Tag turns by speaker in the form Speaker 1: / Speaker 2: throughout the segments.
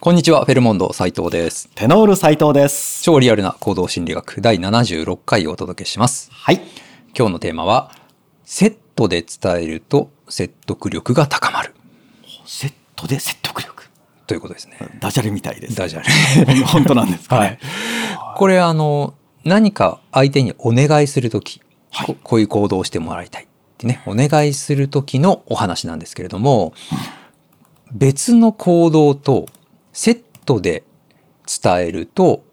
Speaker 1: こんにちは、フェルモンド斉藤です。
Speaker 2: テノール斉藤です。
Speaker 1: 超リアルな行動心理学第76回をお届けします。
Speaker 2: はい。
Speaker 1: 今日のテーマは、セットで伝えると説得力が高まる
Speaker 2: セットで説得力。
Speaker 1: ということですね。
Speaker 2: ダジャレみたいです。
Speaker 1: ダジャレ。
Speaker 2: レ。 本当なんですか、
Speaker 1: はい。これあの、何か相手にお願いするとき、ここういう行動をしてもらいたいってね、お願いするときのお話なんですけれども、別の行動とセットで伝えると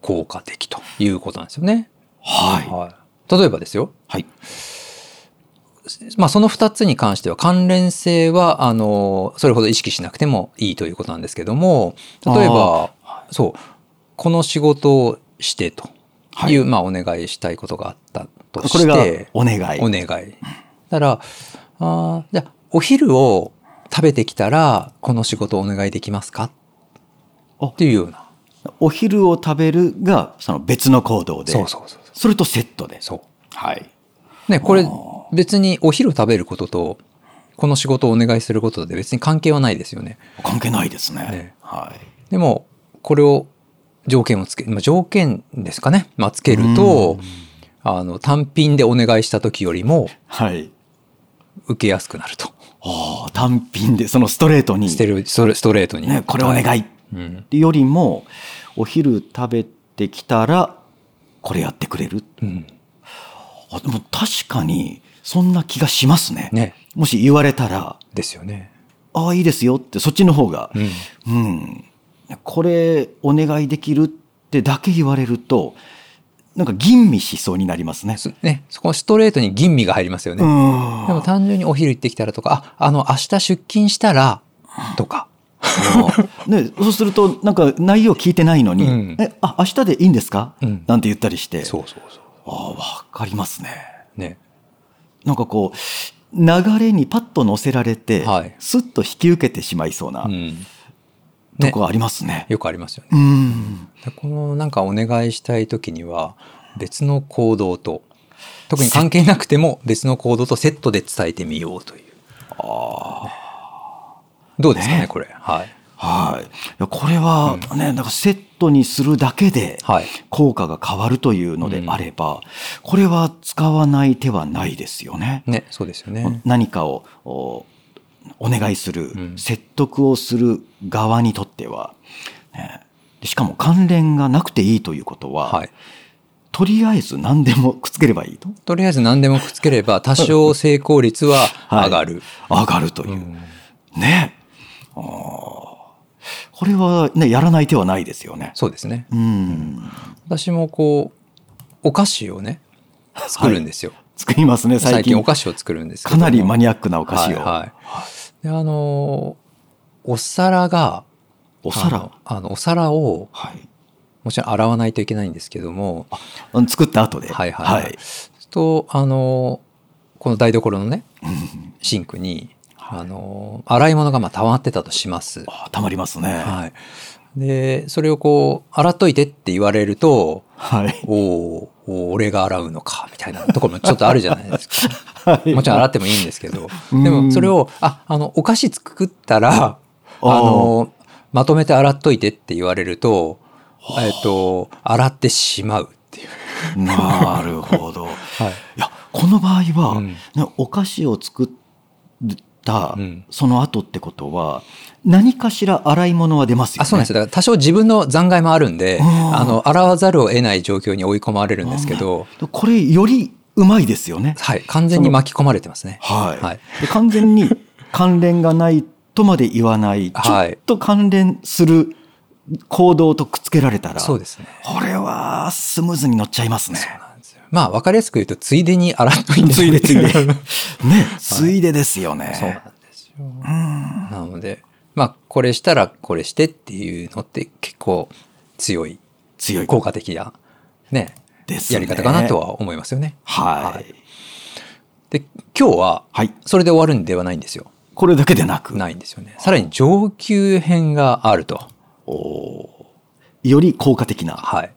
Speaker 1: 効果的ということなんですよね。
Speaker 2: はい。はい。
Speaker 1: はい、例えばですよ、
Speaker 2: はい。
Speaker 1: まあ、その2つに関しては関連性はあのそれほど意識しなくてもいいということなんですけども例えばそうこの仕事をしてと、
Speaker 2: はいいう
Speaker 1: まあ、お願いしたいことがあったと
Speaker 2: これ
Speaker 1: し
Speaker 2: が
Speaker 1: て
Speaker 2: お願い。
Speaker 1: お願い。だからあーじゃあお昼を食べてきたらこの仕事お願いできますか
Speaker 2: あ
Speaker 1: っていうような
Speaker 2: お昼を食べるが、その別の行動で。
Speaker 1: そうそうそうそう
Speaker 2: それとセットで。
Speaker 1: そう
Speaker 2: はい。
Speaker 1: ね、これ
Speaker 2: あー
Speaker 1: 別にお昼食べることとこの仕事をお願いすることで別に関係はないですよね。
Speaker 2: 関係ないですね。
Speaker 1: ね
Speaker 2: はい。
Speaker 1: でもこれを条件をつけまあ条件ですかね、まあ、つけると
Speaker 2: うん
Speaker 1: あの単品でお願いした時よりも
Speaker 2: はい。
Speaker 1: 受けやすくなると
Speaker 2: ああ、単品で、そのストレートに。
Speaker 1: ステレストレストレートに、
Speaker 2: ね、これお願。
Speaker 1: はいうん、
Speaker 2: よりも、お昼食べてきたら、これやってくれる。
Speaker 1: うん
Speaker 2: あでも確かに、そんな気がしますね。
Speaker 1: ね
Speaker 2: もし言われたら、
Speaker 1: ですよね。
Speaker 2: ああ、いいですよって、そっちの方が
Speaker 1: う、ん
Speaker 2: うん、これ、お願いできるってだけ言われると、なんか吟味しそうになりますね。
Speaker 1: そね、そこストレートに吟味が入りますよ
Speaker 2: う
Speaker 1: ね。
Speaker 2: ん。
Speaker 1: でも単純にお昼行ってきたらとかああの明日出勤したらとか。
Speaker 2: そうね、そうすると、なんか内容聞いてないのに、
Speaker 1: うん
Speaker 2: え、あ、明日でいいんですか、
Speaker 1: うん
Speaker 2: なんて言ったりして、
Speaker 1: そうそうそ
Speaker 2: ああ、わかりますね。
Speaker 1: う。ね。
Speaker 2: なんかこう、流れにパッと乗せられて、
Speaker 1: はい
Speaker 2: すっと引き受けてしまいそうな、
Speaker 1: うん、
Speaker 2: とこありますね。
Speaker 1: よくありますよね。
Speaker 2: うん。
Speaker 1: でこのなんかお願いしたい時には別の行動と特に関係なくても別の行動とセットで伝えてみようという。どうですかね
Speaker 2: ね
Speaker 1: これ。はい。
Speaker 2: はい、いやこれはね、なんかセットにするだけで
Speaker 1: はい
Speaker 2: 効果が変わるというのであれば、これは使わない手はないですよね。
Speaker 1: ねそうですよね。
Speaker 2: 何かをおお願いする、
Speaker 1: ん
Speaker 2: 説得をする側にとっては、ねでしかも関連がなくていいということは、
Speaker 1: はい。
Speaker 2: とりあえず何でもくっつければいいと
Speaker 1: とりあえず何でもくっつければ多少成功率は上がる。
Speaker 2: 上がるとい
Speaker 1: う
Speaker 2: う、
Speaker 1: ん
Speaker 2: ねあーこれは、ね、やらない手はないですよね。
Speaker 1: そうですね。
Speaker 2: うん
Speaker 1: 私もこうお菓子をね作るんですよ。
Speaker 2: 作りますね
Speaker 1: 最
Speaker 2: 最
Speaker 1: 近
Speaker 2: 近
Speaker 1: お菓子を作るんですけ
Speaker 2: か
Speaker 1: ども
Speaker 2: なりマニアックなお菓子を、
Speaker 1: はいはい、であのお皿が
Speaker 2: お皿
Speaker 1: あの
Speaker 2: を
Speaker 1: あのお皿を
Speaker 2: はい
Speaker 1: もちろん洗わないといけないんですけども
Speaker 2: あの作った後では
Speaker 1: はいはい、はい、とあのこの台所のね
Speaker 2: うん
Speaker 1: シンクに、あの洗い物がまあ溜まってたとします。
Speaker 2: あーたまりますねは
Speaker 1: はい、でそれをこう洗っといてって言われると
Speaker 2: い、
Speaker 1: おーおー俺が洗うのかみたいなところもちょっとあるじゃないですか。
Speaker 2: はい、
Speaker 1: もちろん洗ってもいいんですけど、
Speaker 2: うん
Speaker 1: でもそれを、あ、あの、お菓子作ったら、あの、まとめて洗っといてって言われると、えっと、洗ってしまうっていう。
Speaker 2: なるほど、い、
Speaker 1: はい。
Speaker 2: やこの場合は、
Speaker 1: うん
Speaker 2: ね、お菓子を作った
Speaker 1: うん
Speaker 2: その後ってことは何かしら洗い物は出ますよね
Speaker 1: あ、そうなんですよ。だから多少自分の残骸もあるんで、
Speaker 2: うん
Speaker 1: あの、洗わざるを得ない状況に追い込まれるんですけど、
Speaker 2: これよりうまいですよね
Speaker 1: はい。完全に巻き込まれてますね。
Speaker 2: はい、
Speaker 1: はい
Speaker 2: で完全に関連がないとまで言わない、
Speaker 1: はい
Speaker 2: ちょっと関連する行動とくっつけられたら、
Speaker 1: そうですね。
Speaker 2: これはスムーズに乗っちゃいますね。
Speaker 1: なんですよまあ、わかりやすく言うと、ついでに洗っといて。
Speaker 2: ついでついで。
Speaker 1: そう
Speaker 2: ね、ついでですよ
Speaker 1: なん
Speaker 2: ね。
Speaker 1: ですよ。なので、まあ、これしたらこれしてっていうのって結構強い、
Speaker 2: 強い
Speaker 1: 効果的な、ね、
Speaker 2: ですね
Speaker 1: やり方かなとは思いますよね。
Speaker 2: は。
Speaker 1: はいで、今日は、
Speaker 2: はい。
Speaker 1: それで終わるんではないんですよ。
Speaker 2: これだけでなく、
Speaker 1: ないんですよね。さらに上級編があると。
Speaker 2: おーより効果的な。
Speaker 1: はい。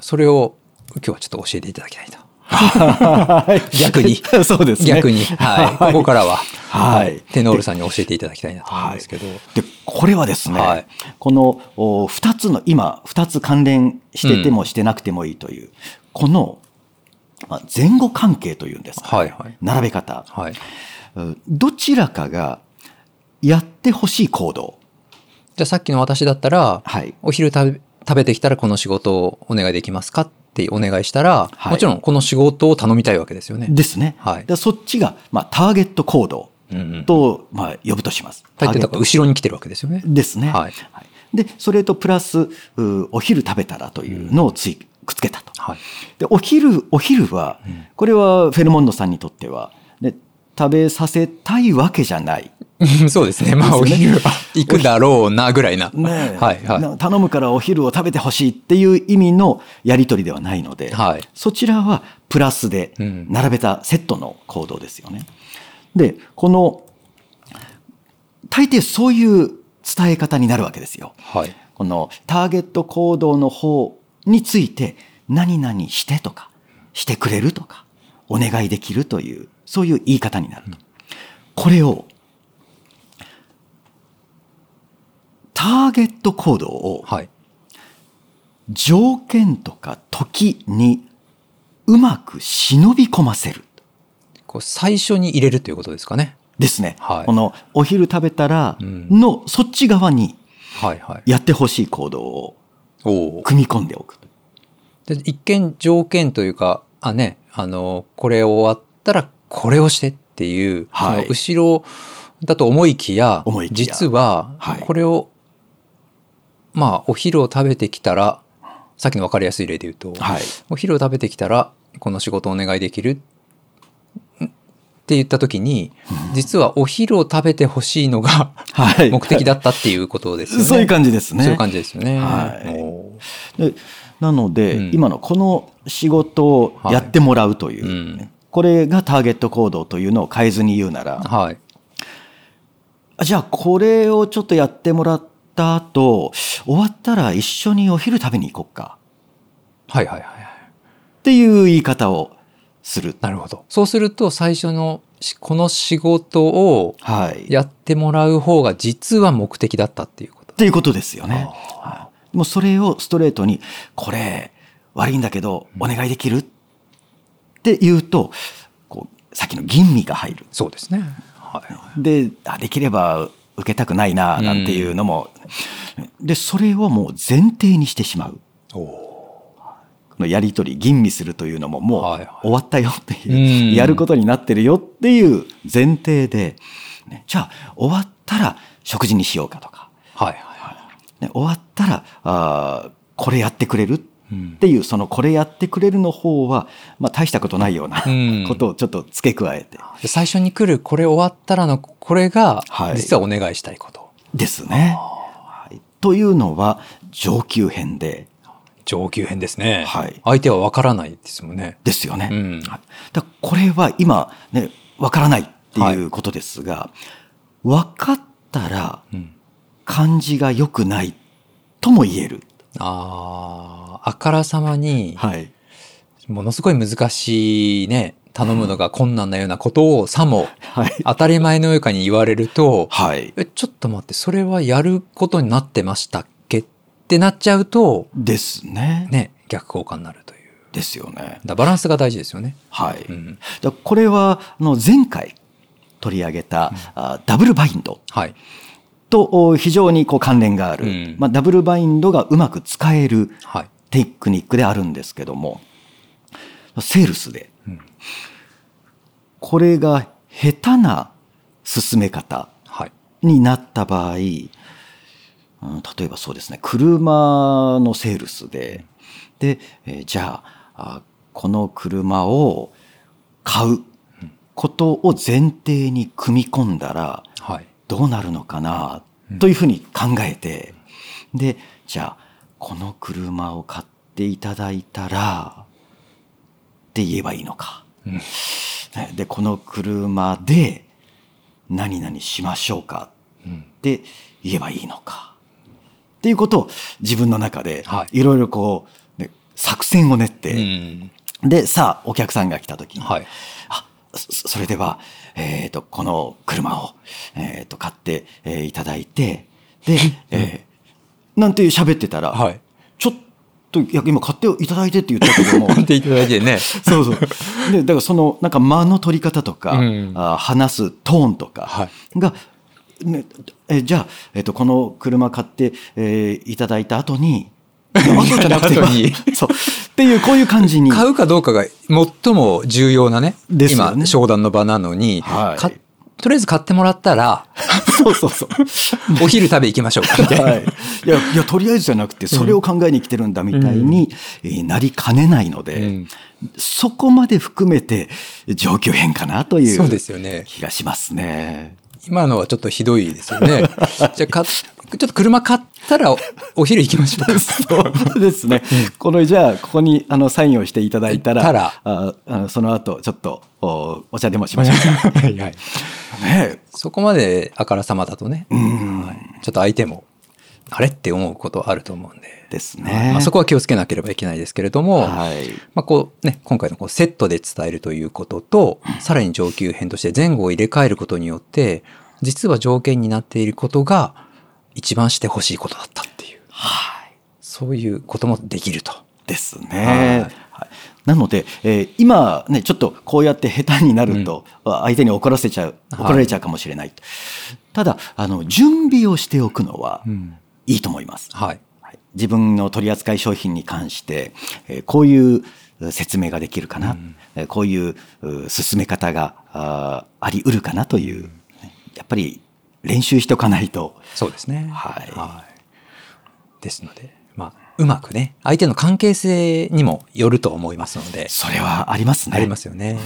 Speaker 1: それを今日はちょっと教えていただきたいと
Speaker 2: はい
Speaker 1: 逆に
Speaker 2: そうですね。
Speaker 1: 逆に、はい、ここからは、
Speaker 2: はい
Speaker 1: テノールさんに教えていただきたいなと思うんですけど、
Speaker 2: でこれはですね、
Speaker 1: はい
Speaker 2: このお2つの今2つ関連しててもしてなくてもいいという、このまあ前後関係というんですか、
Speaker 1: はいはい
Speaker 2: 並べ方、
Speaker 1: はい、じ
Speaker 2: うんどちらかがやってほしい行動、
Speaker 1: ゃあさっきの私だったら、
Speaker 2: はい
Speaker 1: お昼食べ食べてきたらこの仕事をお願いできますかってお願いしたら、
Speaker 2: はい
Speaker 1: もちろんこの仕事を頼みたいわけですよね。
Speaker 2: ですね、
Speaker 1: はい
Speaker 2: でそっちが、まあ、ターゲット行動
Speaker 1: うんうん、
Speaker 2: と、まあ、呼ぶとします。
Speaker 1: だってだか
Speaker 2: ターゲット
Speaker 1: ら後ろに来てるわけですよね。
Speaker 2: ですね。
Speaker 1: はい
Speaker 2: はいでそれとプラスうお昼食べたらというのをついくっつけたと。
Speaker 1: はい、
Speaker 2: でお昼お昼は、これはフェルモンドさんにとってはね食べさせたいわけじゃない、
Speaker 1: うんそうですね。まあ、お
Speaker 2: ですね
Speaker 1: 昼は行くだろうなぐらいな。
Speaker 2: ねえ
Speaker 1: はいは
Speaker 2: な頼むからお昼を食べてほしいっていう意味のやり取りではないので、
Speaker 1: はい
Speaker 2: そちらはプラスで
Speaker 1: うん
Speaker 2: 並べたセットの行動ですよね。でこの大抵そういう伝え方になるわけですよ。
Speaker 1: い。はい。
Speaker 2: このターゲット行動の方について何々してとかしてくれるとかお願いできるというそういう言い方になると。これをターゲット行動を
Speaker 1: はい。
Speaker 2: 条件とか時にうまく忍び込ませる。
Speaker 1: こう最初に入れるということですかね。
Speaker 2: ですね。
Speaker 1: はい
Speaker 2: このお昼食べたら
Speaker 1: うん
Speaker 2: のそっち側に
Speaker 1: はいはい。
Speaker 2: やってほしい行動を
Speaker 1: おお。
Speaker 2: 組み込んでおく。
Speaker 1: で一見条件というか、あね、あの、これ終わったらこれをしてっていう、
Speaker 2: はい
Speaker 1: その後ろだと思いきや、
Speaker 2: 思いきや
Speaker 1: 実は
Speaker 2: はい、
Speaker 1: これを、まあ、お昼を食べてきたら、さっきの分かりやすい例で言うと、
Speaker 2: はい。
Speaker 1: お昼を食べてきたらこの仕事お願いできるんって言った時に実はお昼を食べてほしいのが
Speaker 2: はい。
Speaker 1: 目的だったっていうことですよね。
Speaker 2: そういう感じですね。
Speaker 1: そういう感じですよね。
Speaker 2: はい
Speaker 1: お
Speaker 2: でなので、
Speaker 1: うん
Speaker 2: 今のこの仕事をやってもらうという、
Speaker 1: はいうん
Speaker 2: これがターゲット行動というのを変えずに言うな
Speaker 1: ー
Speaker 2: ら、
Speaker 1: はい。
Speaker 2: あじゃあこれをちょっとやってもらった後、終わったら一緒にお昼食べに行こうか
Speaker 1: はいはいはいはい。
Speaker 2: っていう言い方をする。
Speaker 1: なるほど。そうすると最初のしこの仕事を
Speaker 2: はい。っ
Speaker 1: やってもらう方が実は目的だったっていうこと。
Speaker 2: ていうことですよね。
Speaker 1: あ
Speaker 2: はいもうそれをストレートに、これ悪いんだけどお願いできるって言うと、こうさっきの吟味が入る。
Speaker 1: そうですね。はいは
Speaker 2: であできれば受けたくないななんていうのも、でそれをもう前提にしてしまう
Speaker 1: い。お
Speaker 2: このやり取り吟味するというのもも
Speaker 1: はいうはい
Speaker 2: 終わったよってい
Speaker 1: う
Speaker 2: う、
Speaker 1: ん
Speaker 2: やることになってるよっていう前提で、ねじゃあ終わったら食事にしようかとか、
Speaker 1: はいはいは
Speaker 2: ね、終わったらあーこれやってくれるっ
Speaker 1: い。うん
Speaker 2: ていうそのこれやってくれるの方は、まあ、大したことないような
Speaker 1: うん
Speaker 2: ことをちょっと付け加えて
Speaker 1: で最初に来るこれ終わったらのこれが
Speaker 2: はい
Speaker 1: 実はお願いしたいこと、
Speaker 2: ですね。はいというのは上級編で
Speaker 1: 上級編ですね、
Speaker 2: はい
Speaker 1: 相手は分からないですもんね
Speaker 2: ですよね。
Speaker 1: うん
Speaker 2: はいだからこれは今ねわからないっていうことですが、分かったら
Speaker 1: うん
Speaker 2: 漢字が良くないとも言える。
Speaker 1: あーあからさまに
Speaker 2: はい。
Speaker 1: ものすごい難しいね頼むのが困難なようなことをさも
Speaker 2: はい。
Speaker 1: 当たり前のようかに言われると
Speaker 2: はい。
Speaker 1: えちょっと待ってそれはやることになってましたっけってなっちゃうと
Speaker 2: ですね。
Speaker 1: ね逆効果になるという
Speaker 2: ですよね
Speaker 1: だ。からバランスが大事ですよね、
Speaker 2: はい。
Speaker 1: うん、
Speaker 2: だからこれはあの前回取り上げた、あダブルバインド
Speaker 1: はい
Speaker 2: とお非常にこう関連がある、
Speaker 1: うん
Speaker 2: まあ、ダブルバインドがうまく使える
Speaker 1: はい
Speaker 2: テクニックであるんですけどもセールスで、
Speaker 1: うん
Speaker 2: これが下手な進め方
Speaker 1: はい
Speaker 2: になった場合、うん例えばそうですね車のセールスでで、えーじゃああこの車を買うことを前提に組み込んだら
Speaker 1: はい
Speaker 2: どうなるのかなというふうに考えて、でじゃあこの車を買っていただいたらって言えばいいのか、
Speaker 1: うん
Speaker 2: ねでこの車で何々しましょうか
Speaker 1: うん
Speaker 2: って言えばいいのかっていうことを自分の中で
Speaker 1: はい
Speaker 2: いろいろこう、ね作戦を練って
Speaker 1: うん
Speaker 2: で、さあ、お客さんが来た時に、
Speaker 1: はい。
Speaker 2: あそそれでは、えー、とこの車を、えー、と買って、えーいただいて で、えーなんて喋ってたら、
Speaker 1: はい。
Speaker 2: ちょっといや今買っていただいてって言った けども
Speaker 1: っていただいてね。
Speaker 2: そうそうでだからそのなんか間の取り方とか、
Speaker 1: うん
Speaker 2: あ話すトーンとか、
Speaker 1: はい。
Speaker 2: が、ね、えじゃあ、えっと、この車買って、えーいただいた 後に、いや後じゃなくて
Speaker 1: 後に
Speaker 2: そう。っていう、こういう感 じに。
Speaker 1: 買うかどうかが最も重要なね、
Speaker 2: ですよね
Speaker 1: 今、商談の場なのに、
Speaker 2: はい
Speaker 1: かとりあえず買ってもらったら、
Speaker 2: そうそうそう。
Speaker 1: お昼食べ行きましょうか、み たいな。
Speaker 2: はい、いやいやとりあえずじゃなくてそれを考えに来てるんだみたいに、えーなりかねないので、
Speaker 1: うん
Speaker 2: そこまで含めて状況変かなとい
Speaker 1: そうで
Speaker 2: う
Speaker 1: すよね。
Speaker 2: 気がしますね。
Speaker 1: 今のはちょっとひどいですよ ね。じゃあか、ちょっと車買ったらおお昼行きましょうか。
Speaker 2: そうですね。このじゃあここにあのサインをしていただいたら、
Speaker 1: たら
Speaker 2: ああのその後ちょっとおお茶でもしましょうか。
Speaker 1: はいはい。
Speaker 2: ねえ
Speaker 1: そこまであからさまだとね、
Speaker 2: うん
Speaker 1: ちょっと相手も、あれって思うことあると思うんで。
Speaker 2: ですね。
Speaker 1: まあ、そ
Speaker 2: こ
Speaker 1: こは気をつけなければいけないですけれども、
Speaker 2: はい。
Speaker 1: まあこうね、今回のこうセットで伝えるということと、さらに上級編として前後を入れ替えることによって、実は条件になっていることが一番してほしいことだったっていう、
Speaker 2: はい。
Speaker 1: そういうこともできると。
Speaker 2: ですね。はいなので、えー今ね、ちょっとこうやって下手になると、相手に怒らせちゃう、
Speaker 1: はい
Speaker 2: 怒られちゃうかもしれない。ただ、あの、準備をしておくのは
Speaker 1: うん
Speaker 2: いいと思います。
Speaker 1: はい。
Speaker 2: はい自分の取り扱い商品に関して、えーこういうえー説明ができるかな、えーこういうう進め方があーあり得るかなという、やっぱり練習しておかないと。
Speaker 1: そうですね。
Speaker 2: はい
Speaker 1: いですので、まあ、うまくね、相手の関係性にもよると思いますので、
Speaker 2: それはありますね。
Speaker 1: ありますよね。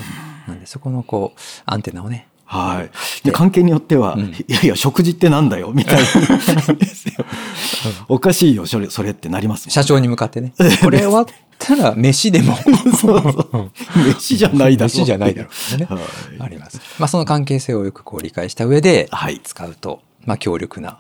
Speaker 1: なんで、そこのこう、アンテナをね、
Speaker 2: はい。で、関係によっては、
Speaker 1: うん
Speaker 2: いやいや、食事ってなんだよ、みたいな。ですよ おかしいよ、それ、それってなりますもん。
Speaker 1: 社長に向かってね、これ終わったら飯でも。
Speaker 2: そうそう。 飯じゃないだろ。
Speaker 1: 飯じゃないだろうね
Speaker 2: はい。
Speaker 1: あります。まあ、その関係性をよくこう理解した上で、
Speaker 2: はい。
Speaker 1: 使うと、まあ、強力な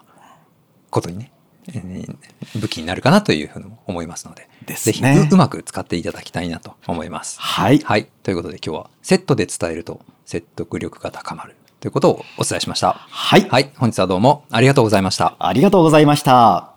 Speaker 1: ことにね、えー武器になるかなというふうにも思いますので、
Speaker 2: です
Speaker 1: ぜひ
Speaker 2: ね
Speaker 1: ううまく使っていただきたいなと思います。
Speaker 2: はい。
Speaker 1: はい。ということで今日はセットで伝えると説得力が高まるということをお伝えしました。
Speaker 2: はい。
Speaker 1: はい。本日はどうもありがとうございました。
Speaker 2: ありがとうございました。